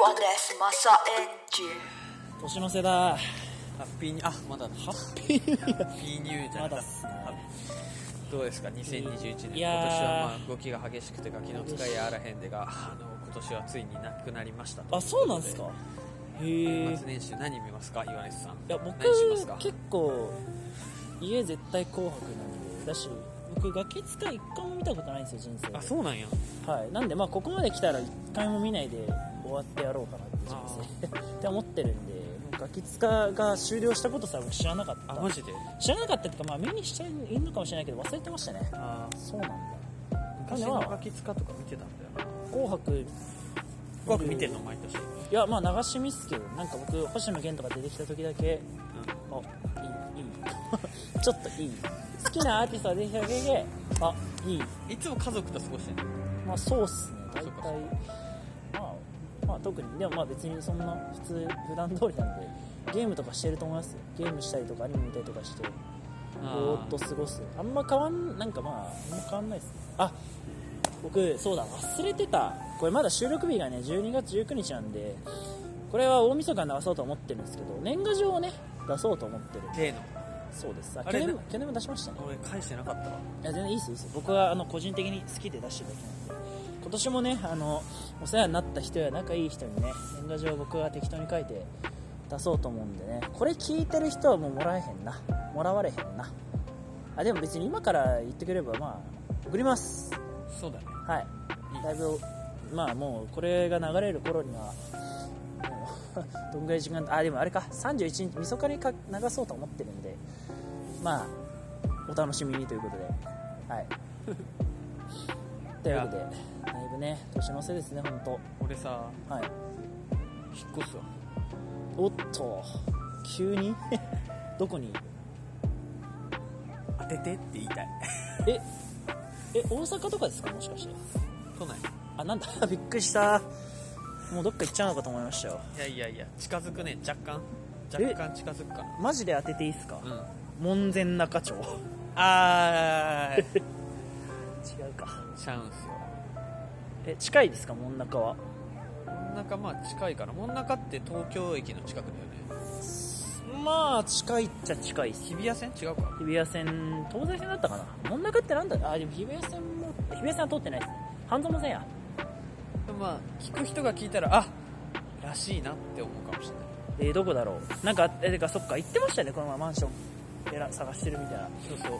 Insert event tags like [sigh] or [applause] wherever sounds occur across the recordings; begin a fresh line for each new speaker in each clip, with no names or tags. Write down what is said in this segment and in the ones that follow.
マサエンジ
年の瀬だ
ハッピーニュー、あ、まだ、ハッ
いや
ピーニューじ
ま
ゃなか
だ
っ
っす
た。ハッどうですか、2021年。今
い
年
やー
はまあ動きが激しくて、ガキの使いやあらへんでが、あの、今年はついになくなりましたと
あそうなんですかへえ
年
い
末年始何見ますか、岩根さん。
や僕
何しますか
結構家絶対紅白なんでだし僕ガキ使い一回も見たことないんですよ人
あ、
生
そうなんや。
はいなんでまあここまで来たら一回も見ないで終わってやろうかなって人生 [laughs] って思ってるんでもうガキ使が終了したことさ僕知らなかった
あ、マジで
知らなかったっていうかまあ目にしちゃいんのかもしれないけど忘れてましたね
あ
そうなんだ
昔のガキ使とか見てたんだよな。
紅白
僕見てんの、毎年。
いやまあ流し見っすけどなんか僕星野源とか出てきた時だけ
う
あいいいい [laughs] ちょっといい好きなアーティストが出てきただけであいい
ん。いつも家族と過ごしてんの
まあそうっすね大
そう
体
か
まあまあ特にでもまあ別にそんな普通普段通りなんでゲームとかしてると思いますよゲームしたりとかアニメ見たりとかしてぼーっと過ごすあんま変わんなんかまああんま変わんないですねあ僕そうだ忘れてたこれまだ収録日がね12月19日なんでこれは大晦日に流そうと思ってるんですけど年賀状をね出そうと思ってる
例の。
そうですあ
あ
去
れ
年も去年も出しましたね
俺、返してなかったわ。
いや全然いいですよいいっすよ僕はあの個人的に好きで出してるだけなんで今年もねあのお世話になった人や仲いい人にね年賀状を僕は適当に書いて出そうと思うんでねこれ聞いてる人はもうもらえへんなもらわれへんなあでも別に今から言ってくれればまあ送ります
そうだね。
はい
いい
だいぶまあもうこれが流れる頃にはもう [laughs] どんぐらい時間あでもあれか31日みそかにか流そうと思ってるんでまあお楽しみにということではいということでだいぶね年の瀬ですね本
俺さ、
当はい
引っ越すわ。
おっと急に [laughs] どこに
当ててって言いたい。
ええ大阪とかですかもしかして
都内。
あなんだ [laughs] びっくりしたもうどっか行っちゃうのかと思いましたよ
いやいやいや近づくね若干
え
若干近づくかな
マジで当てていいっすか、
うん
門前仲町違
あー
うか
ちゃうんすよ
え近いですか門中は
真ん中まあ近いから真ん中って東京駅の近くだよね
まあ近いっちゃ近いっす
日比谷線違うか
日比谷線東西線だったかな門中ってなんだあでも日比谷線も日比谷線は通ってないですね半蔵門線や
でもまあ聞く人が聞いたらあらしいなって思うかもしれない
えーどこだろうなんかえてかそっか行ってましたよねこの前マンションえら探してるみたいな
そうそう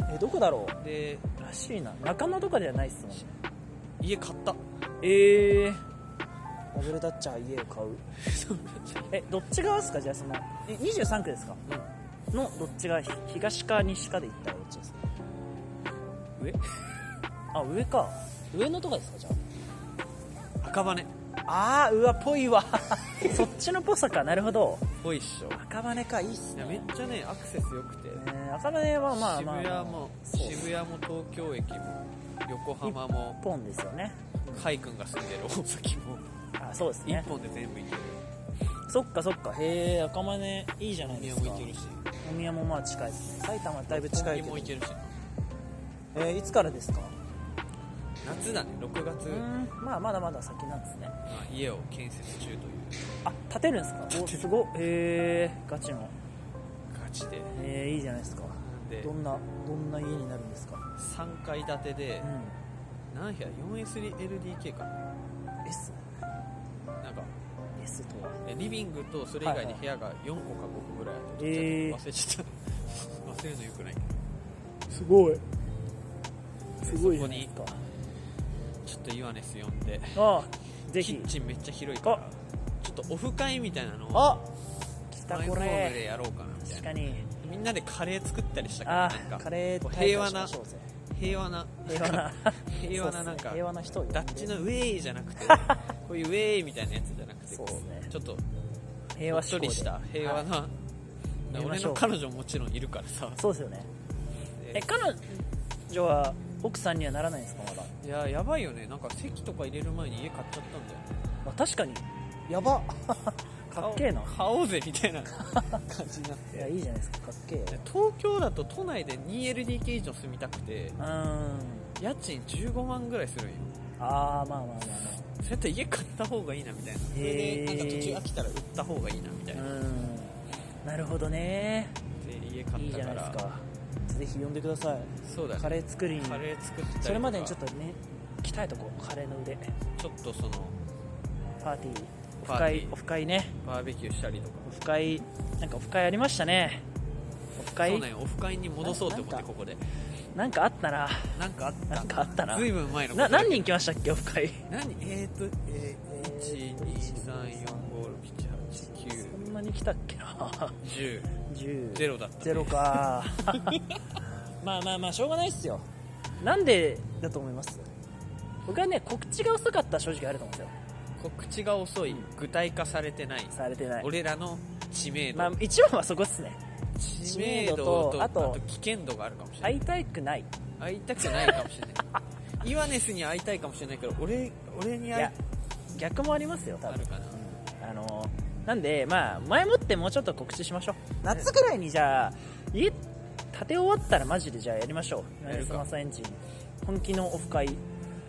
えーどこだろ
で
うらしいな中野とかではないっすもんね
家買った [laughs]
ええダブルダッチャー家を買うえどっち側ですかじゃあそのえ23区ですかのどっちが東か西かで言ったらどっちですか
上
あ上か上のとかですかじゃ
赤羽
ああーうわぽいわ [laughs] そっちのぽさかなるほど
ぽいっしょ
赤羽かいいっす
いやめっ
ね
ちゃねアクセス良くて、
えー赤羽はまあ
渋
まあ、
谷
まあ、
も
そう
渋谷も東京駅も横浜
一
も
本ですよね
甲斐君が住んでる大崎も
あそうです
一
ね
本で全部行ける
そっかそっかへえ赤羽いいじゃないで
宮
す
も
か
行けるし
お宮もまあ近いですね埼玉はだいぶ近い
日
け
も
ど
行けるし
えーいつからですか
夏だね6月、
うーんまあまだまだ先なんですね
まあ家を建設中という
あ建てるんですかおすごっへえガチの
ガチで
えー、いいじゃないですか
なんで
どんなどんな家になるんですか
3階建てで
うん
何部屋 4SLDK か
S
ななんか
S とは
えリビングとそれ以外に部屋が4個か5個ぐらいあって、
へー
忘れちゃった [laughs] 忘れるのよくない
すごいすごいじ
そこ
ゃないで
に
すか
ちょっとイワネス呼んで
あぜ
キ
ひ
ッチンめっちゃ広いからちょっとオフ会みたいなのを
あ来た
マイホ
こ
ームで
れ
やろうかなみたい
確
な
かに
みんなでカレー作ったりしたから
あ
なんか
カレー
平
大会
和な
しましょうぜ
平和な
平和
[laughs]
な
平和ななん
そうっすね
か
平和な人を呼んで
ダッチのウェイじゃな
[laughs]
くてこういうウェイみたいなやつじゃなくて
そうっ
こ
すね
うちょっと
平和
処理した平和な、
い
俺の彼女ももちろんいるからさ
そうですよねえ彼女は奥さんにはならないんですかまだ、
いややばいよねなんか席とか入れる前に家買っちゃったんだよね
[laughs] まあ、確かにやば考かっけえな
買おうぜみた
[laughs]
いな感じになっ
いや
て
いいじゃないですかかっけえよ
で東京だと都内で 2LDK 以上住みたくて
うーん
家賃15万ぐらいするんよ
ああまあまあまあま
そうやったら家買った方がいいなみたいなそれ
へー
でなんか途中飽きたら売った方がいいなみたい
あ
な
う
で
ーんなるほどね
家買
いい
っ
じ
た
ゃな
か
いです
ら
かぜひ呼んでください
そうだね
カレー作りに
カレー作ったりとか
それまでにちょっとね鍛えとこうカレーの腕
ちょっとその
パーティーオフ
パーティ
会
ー
オフ会ね
バーベキューしたりとか
オフ会なんかオフ会ありましたねオフ
そ
会
うなんよオフ会に戻そうと思っ
な
て
んか
ここで
なんかあったな
なんかあった
なんかあったな
ずいぶん前の
な
ことだけ
何人
ど
来ましたっけオフ会
何えー、とえー、1 2 3 4 5 6 7 8 9
そんなに来たっけな
10
10
ゼロだった、ね、
ゼロ
[laughs]
かまあまあまあしょうがないっすよなんでだと思います僕はね告知が遅かったら正直あると思うんですよ
告知が遅い具体化されてない
されてない、
俺らの知名度、
まあ、一応はそこっすね
知名
知名度
度と
と
あと
あと
危険度があるかもしれない
会いたくない
会いたくないかもしれないイワネスに会いたいかもしれないけど俺俺に
い
会い
や逆もありますよ多
あ
分
るかな
あのなんでまあ前もってもうちょっと告知しましょう夏ぐらいにじゃあ家建て終わったらマジでじゃあやりましょう
や
ナ
る
イ
か
スマサエンジン本気のオフ会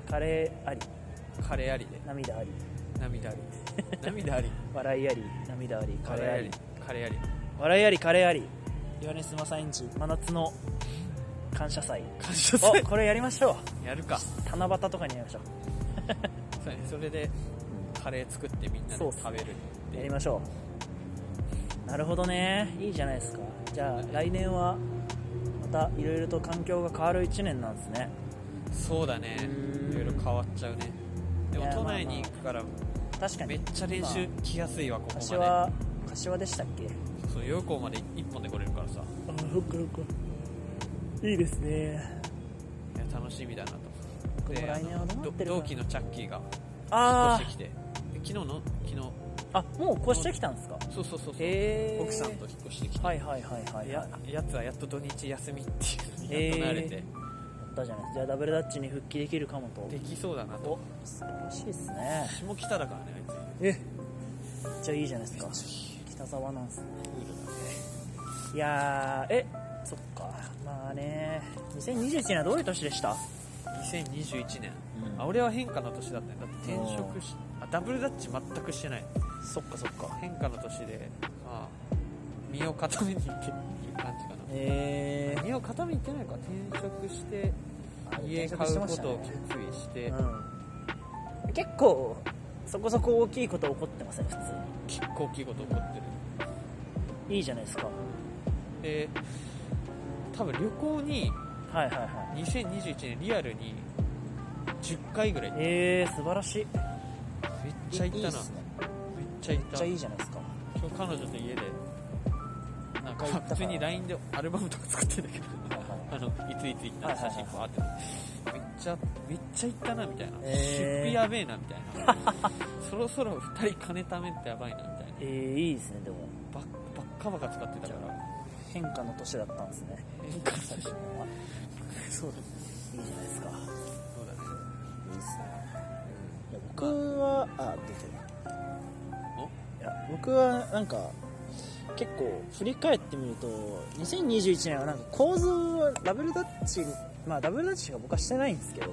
カレーあり
カレーありで
涙あり
涙あり涙あり
笑いあり涙ありカ
[laughs] カ
レ
レ
ー
ー
あ
あ
り
りカレーあり
笑いありカレーありヨネスマサエンジン真夏の感謝 [laughs] 祭
感謝
お
祭
これやりましょう
やるか
七夕とかにやりましょ
そうやねそれでカレー作ってみんなで
そうっすね
食べる
うや
って
りましょうなるほどねいいじゃないですかじゃあ来年はまたいろいろと環境が変わる1年なんですね
そうだね
うん
いろいろ変わっちゃうねで
い
も
や
都内に行くから
確かに
めっちゃ練習来やすいわここま
柏柏でしたっけ
でそう陽光まで一本で来れるからさ
あそっかそっかいいですね
いや楽しみだなと
僕も
で
来年はどうなってるかな
ど同期のチャッキーが
あ
越してきてで昨日の昨日
ああもう越してきたんですか
そうそうそうそう、
へえ
奥さんと引っ越してきて、
はいはいはいはいや
や
っ
やつはやっと土日休みって
へえ
いうのにやっと慣れて、
たじゃないじゃあダブルダッチに復帰できるかもと
できそうだなと
お素晴らしいですね
下北だからねあい
えじゃあいいじゃないですか
つ
北沢なんすね
クールだね
いやーえそっかまあね2021年はどういう年でした
2021年、
うん
あ俺は変化の年だったねだって転職しあダブルダッチ全くしてない
そっかそっか
変化の年でまあ身を固めにっていう感じかな
へえ
身を固めにいってないか転職して家買うことを決意して
うん、結構そこそこ大きいこと起こってません普通
結構大きいこと起こってる
にいいじゃないですか
で多分旅行に
はいはいはい
2021年リアルに10回ぐらいめっ
えー、素晴らしい
ちゃ行った
いい
な
っすね
めっちゃ行っ
めったちゃいいじゃないですか
今日彼女と家でなん
行
か
ったから
普通に LINE でアルバムとか作ってんだけどあのいついつ行ったら写真こうあってめっちゃめっちゃ行ったなみたいな、
えー
出費やべえなみたいな [laughs] そろそろ2人金貯めってやばいなみたいな
えー、いいですねでも
ばっばっかばか使ってたから
変化の年だったんですね
変化したし
最初のは
そうだね
いいじゃないですか
そうだね
いいっすね僕はあ出てるいや僕はなんか結構振り返ってみると2021年はなんか構造はダブルダッチまあダブルダッチしか僕はしてないんですけど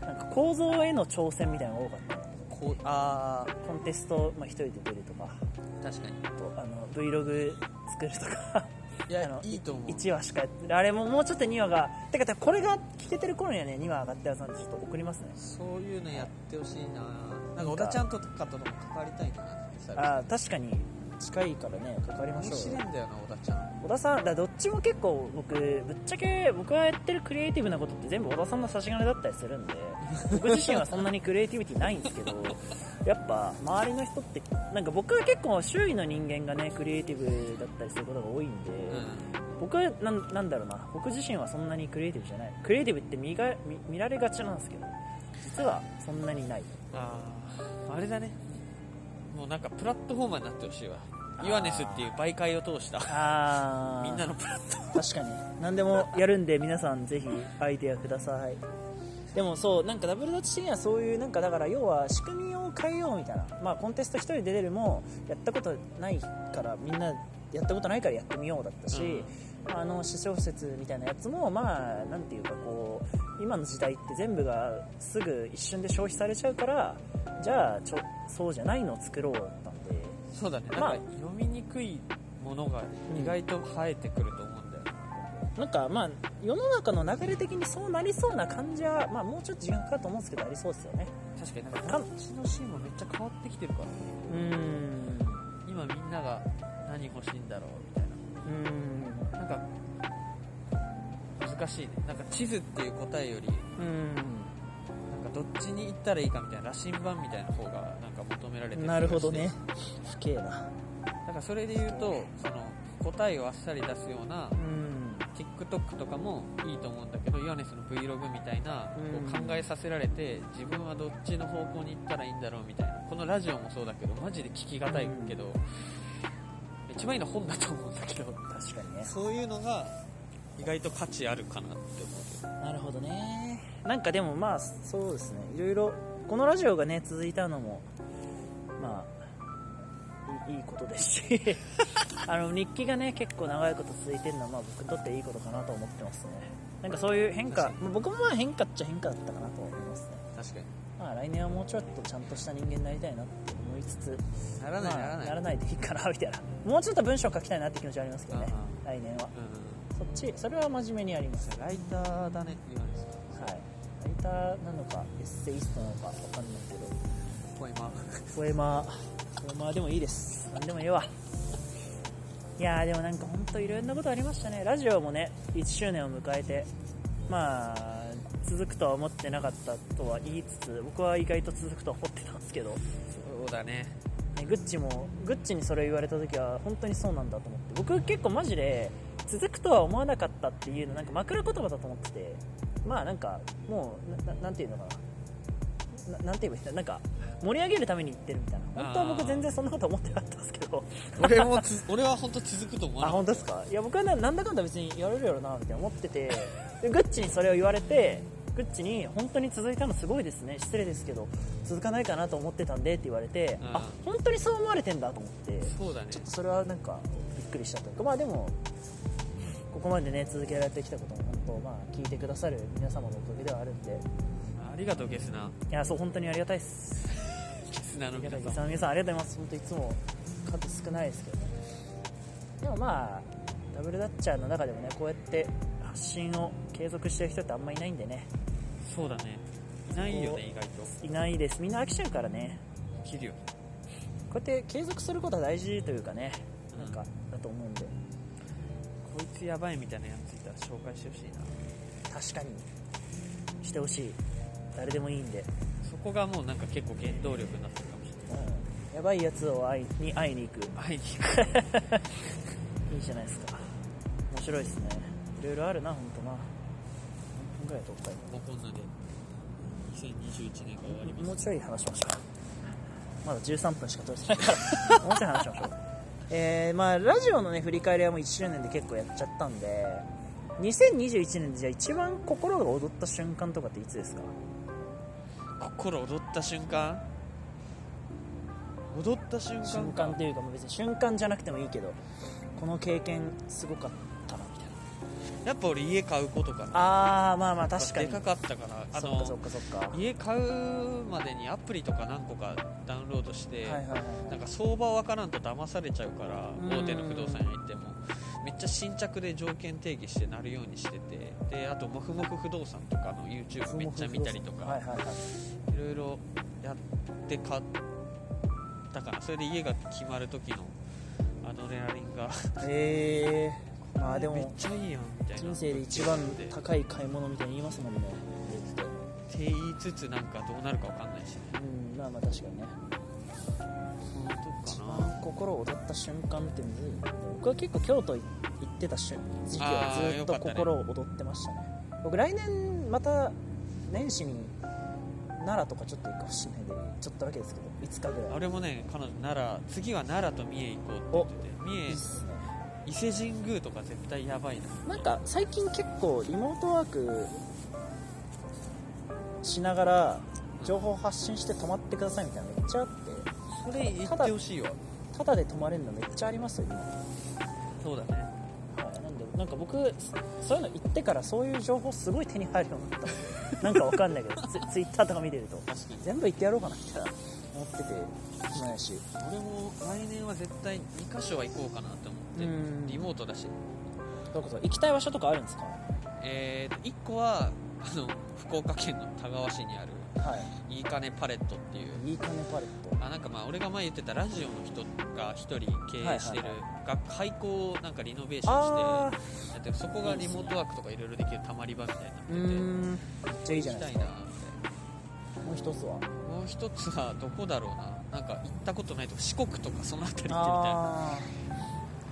なんか構造への挑戦みたいなのが多かった
おこうあ
コンテスト、まあ、一人で出るとか
ー確かに
あとあの Vlog 作ると [laughs] か
い
あの
やいいと思う
1話しかやってあれももうちょっと2話がてかてかこれが聞けてる頃にはね2話上がったやつなんでちょっと送りますね
そういうのやってほしいななんか小田ちゃんとかとも関わりたいな久々
ああ確かに近いからね関わりまし
面
ょう
白
よ
いんだよな小田ちゃん
小田さんだからどっちも結構僕ぶっちゃけ僕がやってるクリエイティブなことって全部小田さんの差し金だったりす [laughs] るんで僕自身はそんなにクリエイティビティないんですけどやっぱ周りの人ってなんか僕は結構周囲の人間がねクリエイティブだったりすることが多いんで、僕はなんなんだろうな僕自身はそんなにクリエイティブじゃないクリエイティブって見が見見られがちなんですけど実はそんなにない
あああれだねもうなんかプラットフォーマーになってほしいわ
あー
イワネスっていう媒介を通した
あ
みんなのプラットフォーマ
確かに何でもやるんで皆さんぜひアイデアください
ー
でもそうなんかダブルダッチ的にはそういうなんかだから要は仕組みを変えようみたいな、まあ、コンテスト1人で出るもやったことないからみんなやったことないからやってみようだったし、あの私小説みたいなやつもまあなんていうかこう今の時代って全部がすぐ一瞬で消費されちゃうからじゃあちょそうじゃないのを作ろうだったんで
そうだねなん
まあ
か読みにくいものが意外と生えてくると思うんだよね、
なんかまあ世の中の流れ的にそうなりそうな感じは、まあ、もうちょっと時間かかると思うんですけどありそうですよね
確かになんか形のシーンもめっちゃ変わってきてるからね
うーん
今みんなが何欲しいんだろうみたい
う
ななんか難しいねなんか地図っていう答えより
ーんうん
なんかどっちに行ったらいいかみたいな羅針盤みたいな方がなんか求められて気が
なるほど
して
ね不敬な
だからそれで言うとその答えをあっさり出すような
うん
TikTok とかもいいと思うんだけどヨネスの Vlog みたいな
うん
こう考えさせられて自分はどっちの方向に行ったらいいんだろうみたいなこのラジオもそうだけどマジで聞きがたいけど、一番いいのは本だと思うんだけど
確かにね
そういうのが意外と価値あるかなって思うけど
なるほどねなんかでもまあそうですねいろいろこのラジオがね続いたのもまあいいいいことですし [laughs] あの日記がね結構長いこと続いてるのは、まあ、僕にとっていいことかなと思ってますねなんかそういう変化
確
まあ僕もまあ変化っちゃ変化だったかなと思いますね
確か
まあ来年はもうちょっとちゃんとした人間になりたいなって思いつつ
にならない、
まあ
ならない
ならないでいいかなみたいなもうちょっと文章書きたいなって気持ちはありますけどね
あ
来年は
う
そっちそれは真面目にやります
んライターだねって言われて
はい、ライターなのかエッセイストなのかわかんないけど
たポエマ
ポエマーポエマーでもいいです何でもいいわいやーでもなんかほんといろんなことありましたねラジオもね1周年を迎えてまあ続くとは思ってなかったとは言いつつ僕は意外と続くとは思ってたんですけど、ね、
そうだね
グッチもグッチにそれ言われた時は本当にそうなんだと思って僕結構マジで続くとは思わなかったっていうのなんか枕言葉だと思っててまあなんかもうなななんていうのかなななんて言えばいいんだなんか盛り上げるために言ってるみたいな本当は
あ
僕
ー
全然そんなこと思ってなかったんですけど
[laughs] 俺もつ俺は本当続くと思わ
あ
なかっ
本当ですかいや僕はななんだかんだ別にやれるやろなみたいな思っててでグッチにそれを言われてグッチに本当に続いたのすごいですね失礼ですけど続かないかなと思ってたんでって言われて、
うん
あ本当にそう思われてんだと思って
たそうだね
ちょっとそれはなんかびっくりしたというかまあでもここまでね続けられてきたことも本当まあ聞いてくださる皆様のおかげではあるんで
ありがとうゲスナー
いやそう本当にありがたいです
ゲスナー
あ
の
りがた
皆
いです
さん
皆さんありがとうございます本当いつも数少ないですけどねでもまあダブルダッチャーの中でもねこうやって発信を継続してる人ってあんまいないんでね
そうだねいないよね意外と
いないですみんな飽きちゃうからね
切るよね
こうやって継続することは大事というかねなんかだと思うんで
こいつやばいみたいなやついたら紹介してほしいな
確かにしてほしい誰でもいいんで
そこがもうなんか結構原動力になってるかもし
う
れ
んやばいやつを会いに会いに行く
ない会いに行く
いいじゃないですか面白いですねいろいろあるな本当な何分ぐらいとった
もうこんなで2021年が終わり
今
ます
もうちょい話しましょうまだ13分しか取れてない [laughs] からもうちょい話しましょうえー、まあラジオのね振り返りはもう1周年で結構やっちゃったんで2021年でじゃあ一番心が躍った瞬間とかっていつですか
[laughs] 心踊った瞬間踊った瞬間か
瞬間っていうかもう別に瞬間じゃなくてもいいけどこの経験すごかったなみたいな
やっぱ俺家買うことかな
ああまあまあ確かに
でかかったからあ
そっかそっ
の
かそっかは
家買うまでにアプリとか何個かダウンロードして、
いはいはいはい
なんか相場わからんと騙されちゃうから
うん
大手の不動産屋行ってもめっちゃ新着で条件定義してなるようにしててであともふもふ不動産とかの YouTube めっちゃ見たりとか、
はい
い
はいはい
ろいろやって買ったからそれで家が決まる時のアドレナリンが
ええ
[laughs]
まあで
めっ
も
ちゃいいやんみたいな
人生で一番
でっ
高い買い物みたいに言いますもんね
て言いつつなんかどうなるかわかんないしね
うんまあまあ確かにね
その時
一
かな
番心躍った瞬間ってむずいな僕は結構京都行ってた瞬時期
あ
は
ー
ずっ
よか
と
ったね
心躍ってましたね僕来年また年始に奈良とかちょっと行くかもしれないでちょっとだけですけど5日ぐらい
俺もね彼女奈良次は奈良と三重行こうって言
い
っ
い
てて
っ
三
すね
重伊勢神宮とか絶対やばいな
なんか最近結構リモートワークしながら情報発信して止まってくださいみたいなのめっちゃあって
それ言ってほしいわ
ただで止まれるのめっちゃありますよ今、は
そうだね
い、なんでなんか僕そそういうの言ってからそういう情報すごい手に入るようになったん [laughs] でなんかわかんないけどツツイッターとか見てると
確かに
全部言ってやろうかなみたいな思っててしないし
俺も来年は絶対2箇所は行こうかなと思って
うん
リモートだし
そうかそう行きたい場所とかあるんですか
えー、1個はあの福岡県の田川市にある
はい
いいかねパレットっていう
いい金パレット
あなんかまあ俺が前言ってたラジオの人が一人経営してる
はいは
が廃校をなんかリノベーショ
あ
ンしてだってそこがリモートワークとかいろいろできるたまり場みたい
ーう
になって
んめっちゃいい
て
じ
行
ゃ
き
ない
た
です
いな
か
み
もう一つは
たいなもう一つはどこだろうななんか行ったことないとか四国とかその辺り行っ
あ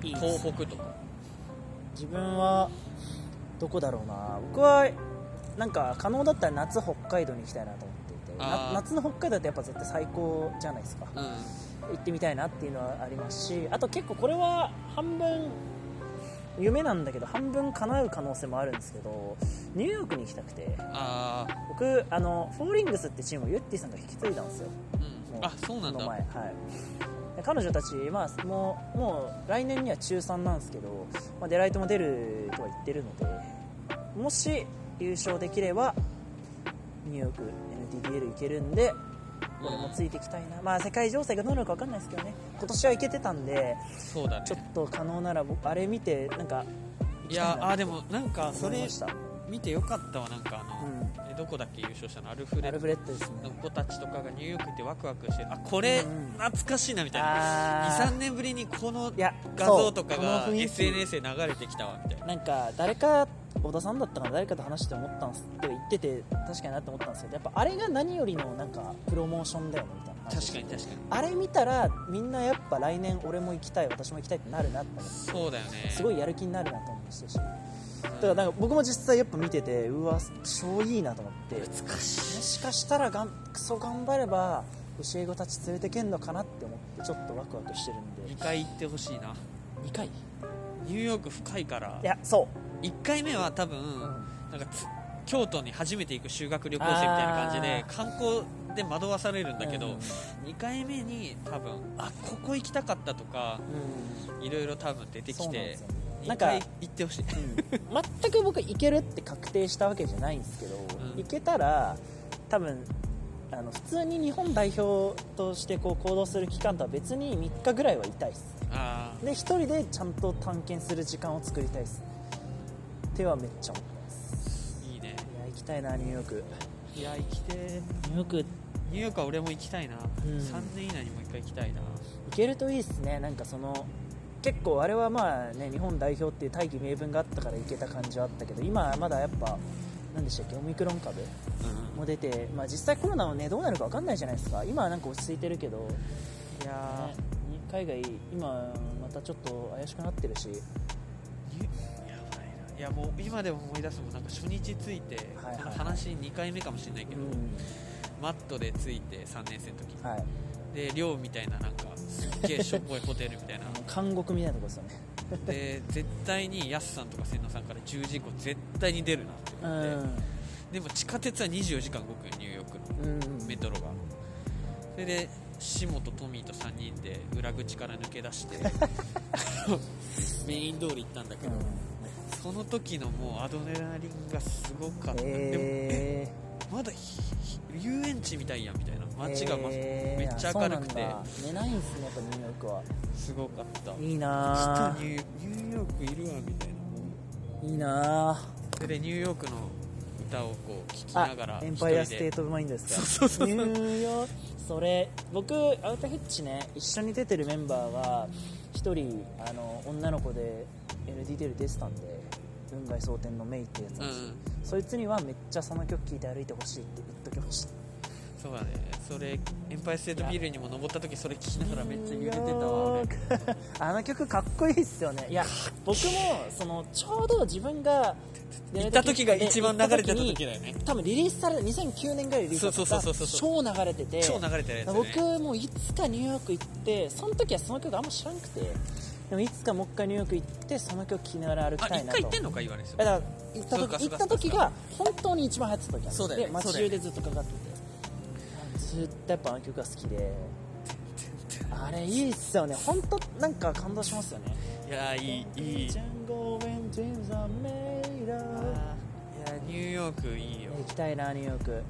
ーい
て
い
み
で
た
す
い
ね
東北とか
自分はどこだろうな僕はなんか可能だったら夏北海道に行きたいなと思っていて
あ
な
ー
夏の北海道ってやっぱ絶対最高じゃないですか
うん
行ってみたいなっていうのはありますしあと結構これは半分夢なんだけど半分叶う可能性もあるんですけどニューヨークに行きたくて
ああ
僕あのフォーリングスってチームをユッティさんが引き継いだんですよ
うんあそうなん
この
だ
前はいで彼女たち、まあ、もうもう来年には中3なんですけど、まあ、デライトも出るとは言ってるのでもし優勝できればニューヨーク NTDL 行けるんでこれもついていきたいな、まあ世界情勢がどうなるか分かんないですけどね今年は行けてたんで
そうだね
ちょっと可能なら僕あれ見てなんか行
い
きた
や
な
あーでもなんか
と
そ
思い
れ
ました
見てよかったわなんかあ
う
の、
ん
えどこだっけ優勝したのアルフレ
ア
ッ
ル
ド
ブレッドですね
の子たちとかがニューヨーク行ってワクワクしてるあこれ
うん
懐かしいなみたいな
あー
23年ぶりにこの
いや
画像とか
そうこの
が
雰囲気
SNS で流れてきたわみたいな
なんか誰か小田さんだったかな誰かと話して思ったんすって言ってて確かになって思ったんですけどやっぱあれが何よりのなんかプロモーションだよねみたいな話
確かに確かに
あれ見たらみんなやっぱ来年俺も行きたい私も行きたいってなるなって思っ
そうだよね
てすご
い
いやる気になるなと思いましたしだからなんか僕も実際やっぱ見ててうわ超いいなと思っても
難しい
しかしたらがんクソ頑張れば教え子たち連れてけんのかなって思ってちょっとワクワクしてるんで
2回行ってほしいな
2回い
ニューヨーク深いから
やそ
1回目は多分、
う、うん
なんかつ京都に初めて行く修学旅行生みたいな感じで
あ
観光で惑わされるんだけど、
うん
2回目に多分あここ行きたかったとかいろいろ多分出て
そ
き
うなんで
て
すよなん
2
か
回行ってほしい
全く僕行けるって確定したわけじゃないんですけど、
うん
行けたら多分あの普通に日本代表としてこう行動する期間とは別に3日ぐらいはいたいっす
あ
で1人でちゃんと探検する時間を作りたいっす手はめっちゃ思ってます
ーいいね
いや行きたいなニューヨーク
いや行きてー
ニューヨーク行
ニューヨークは俺も行きたいな、
ん
3年以内にもう1回行きたいな
けるといいっすねなんかその結構あれはまあね日本代表っていう大義名分があったから行けた感じはあったけど今はまだやっぱ何でしたっけオミクロン株
うん
も出て、まあ、実際コロナは、ね、どうなるか分かんないじゃないですか今はなんか落ち着いてるけど、ね、
いや
海外今またちょっと怪しくなってるし、
ーニュやばいないやもう今でも思い出すもんなんか初日着いて、
はいはいはい
話2回目かもしれないけど、マットで着いて3年生の時
はい、
で寮みたいななんかすっげえしょぼいホテルみたいな
監獄みたいなとこですよね、
で絶対にヤスさんとか千野さんから10時以降絶対に出るなって
う
言って、
ん
でも地下鉄は24時間動くよニューヨークの
うん、
メトロがそれで下とトミーと3人で裏口から抜け
[laughs]
出してメイン通り行ったんだけど、その時のもうアドレナリンがすごかった、で
え
もえまだひひ遊園地みたいやんみたいな
ー、
街がま、
えー
めっちゃ明るくて
あそうなんだ寝ないんすねやっぱニューヨークは
すごかった
いい
下
な
ニューニューヨークいるわみたいな
ーいいな
それでニューヨークの歌をこう聴き
ー
ながら
あエンパイア
一
ス
人
テ
で
ート・オブ・マインドですか
そうそうそう
ニューヨークそれ僕アウトヘッチね一緒に出てるメンバーが一人あの女の子で LDDL 出てたんで運外蒼天のメイってやつ
う
なん
ん
ですよ、そいつにはめっちゃその曲聴いて歩いてほしいって言っときました
そうだねそれエンパイアステートビルにも登った時それ聴きながらめっちゃ揺れてたわ俺
ニューヨーク [laughs] あの曲かっこいいっすよねいや僕もそのちょうど自分が
行った時が一番流れてた時
に
だよね
多分リリースされた2009年ぐらいリリースされ
そうそうそう
た
そ
超
う
流れてて
超流れてるやつだね
僕もういつかニューヨーク行ってその時はその曲あんま知らんくてでもいつかもう一回ニューヨーク行ってその曲聴きながら歩き
あ
たい
一
なと
回行ってんのか言われて
だから行った
そうか
時
そう
行
か
った時が本当に一番流行ってた時なんです
そうだよね
で
そ
街
うだよ
中
ね
でずっとかかっててずっとやっぱあの曲が好きであれいいっすよね本当なんか感動しますよね
いやーいいいい
ジャンゴーエンジンザメイラ
あ
ー
ーいやニューヨークいいよ
行きたいなニューヨーク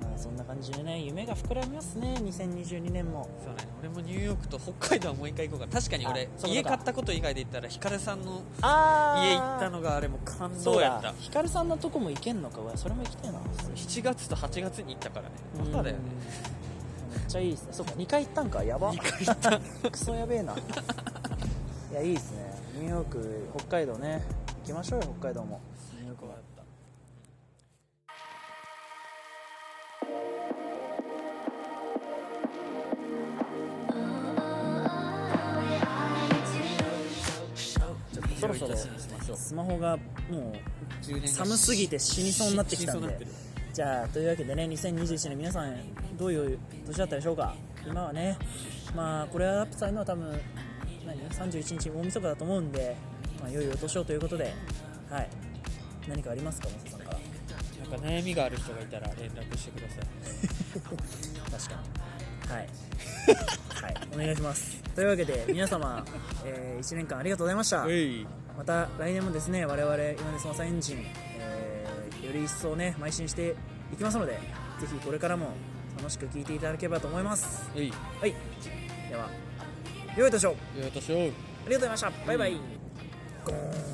まあそんな感じでね夢が膨らみますね2022年も
そうね俺もニューヨークと北海道はもう一回行こうか確かに俺
あそうか
家買ったこと以外で言ったらヒカルさんの
あ
家行ったのがあれもう感
そう
動やっ
だ
た
ヒカルさんのとこも行けんのか俺それも行きたいな
7月と8月に行ったからねバカだよね
うんめっちゃいいですねそうか2回行ったんかやば
2回行った
クソやべえないやいいですねニューヨーク北海道ね行きましょうよ北海道もニューヨークはちょっとそろそろスマホがもう寒すぎて死にそうになってきたん
死にそうになっ
で
てる
じゃあというわけでね2021年皆さんどういう年だったでしょうか今はねまあこれはアップされるのは多分何31日大晦日だと思うんで、まあ、良いお年をということではい何かありますか松田さんから
なんか悩みがある人がいたら連絡してください
確かにはいはいお願いしますというわけで皆様、え1年間ありがとうございました
うい
また来年もですね我々今で捜査エンジン、えーより一層ね邁進していきますのでぜひこれからも楽しく聴いていただければと思います
うい
はいでは良い年をあ
よいしょ
りがとうございましたバイバイ、ゴーン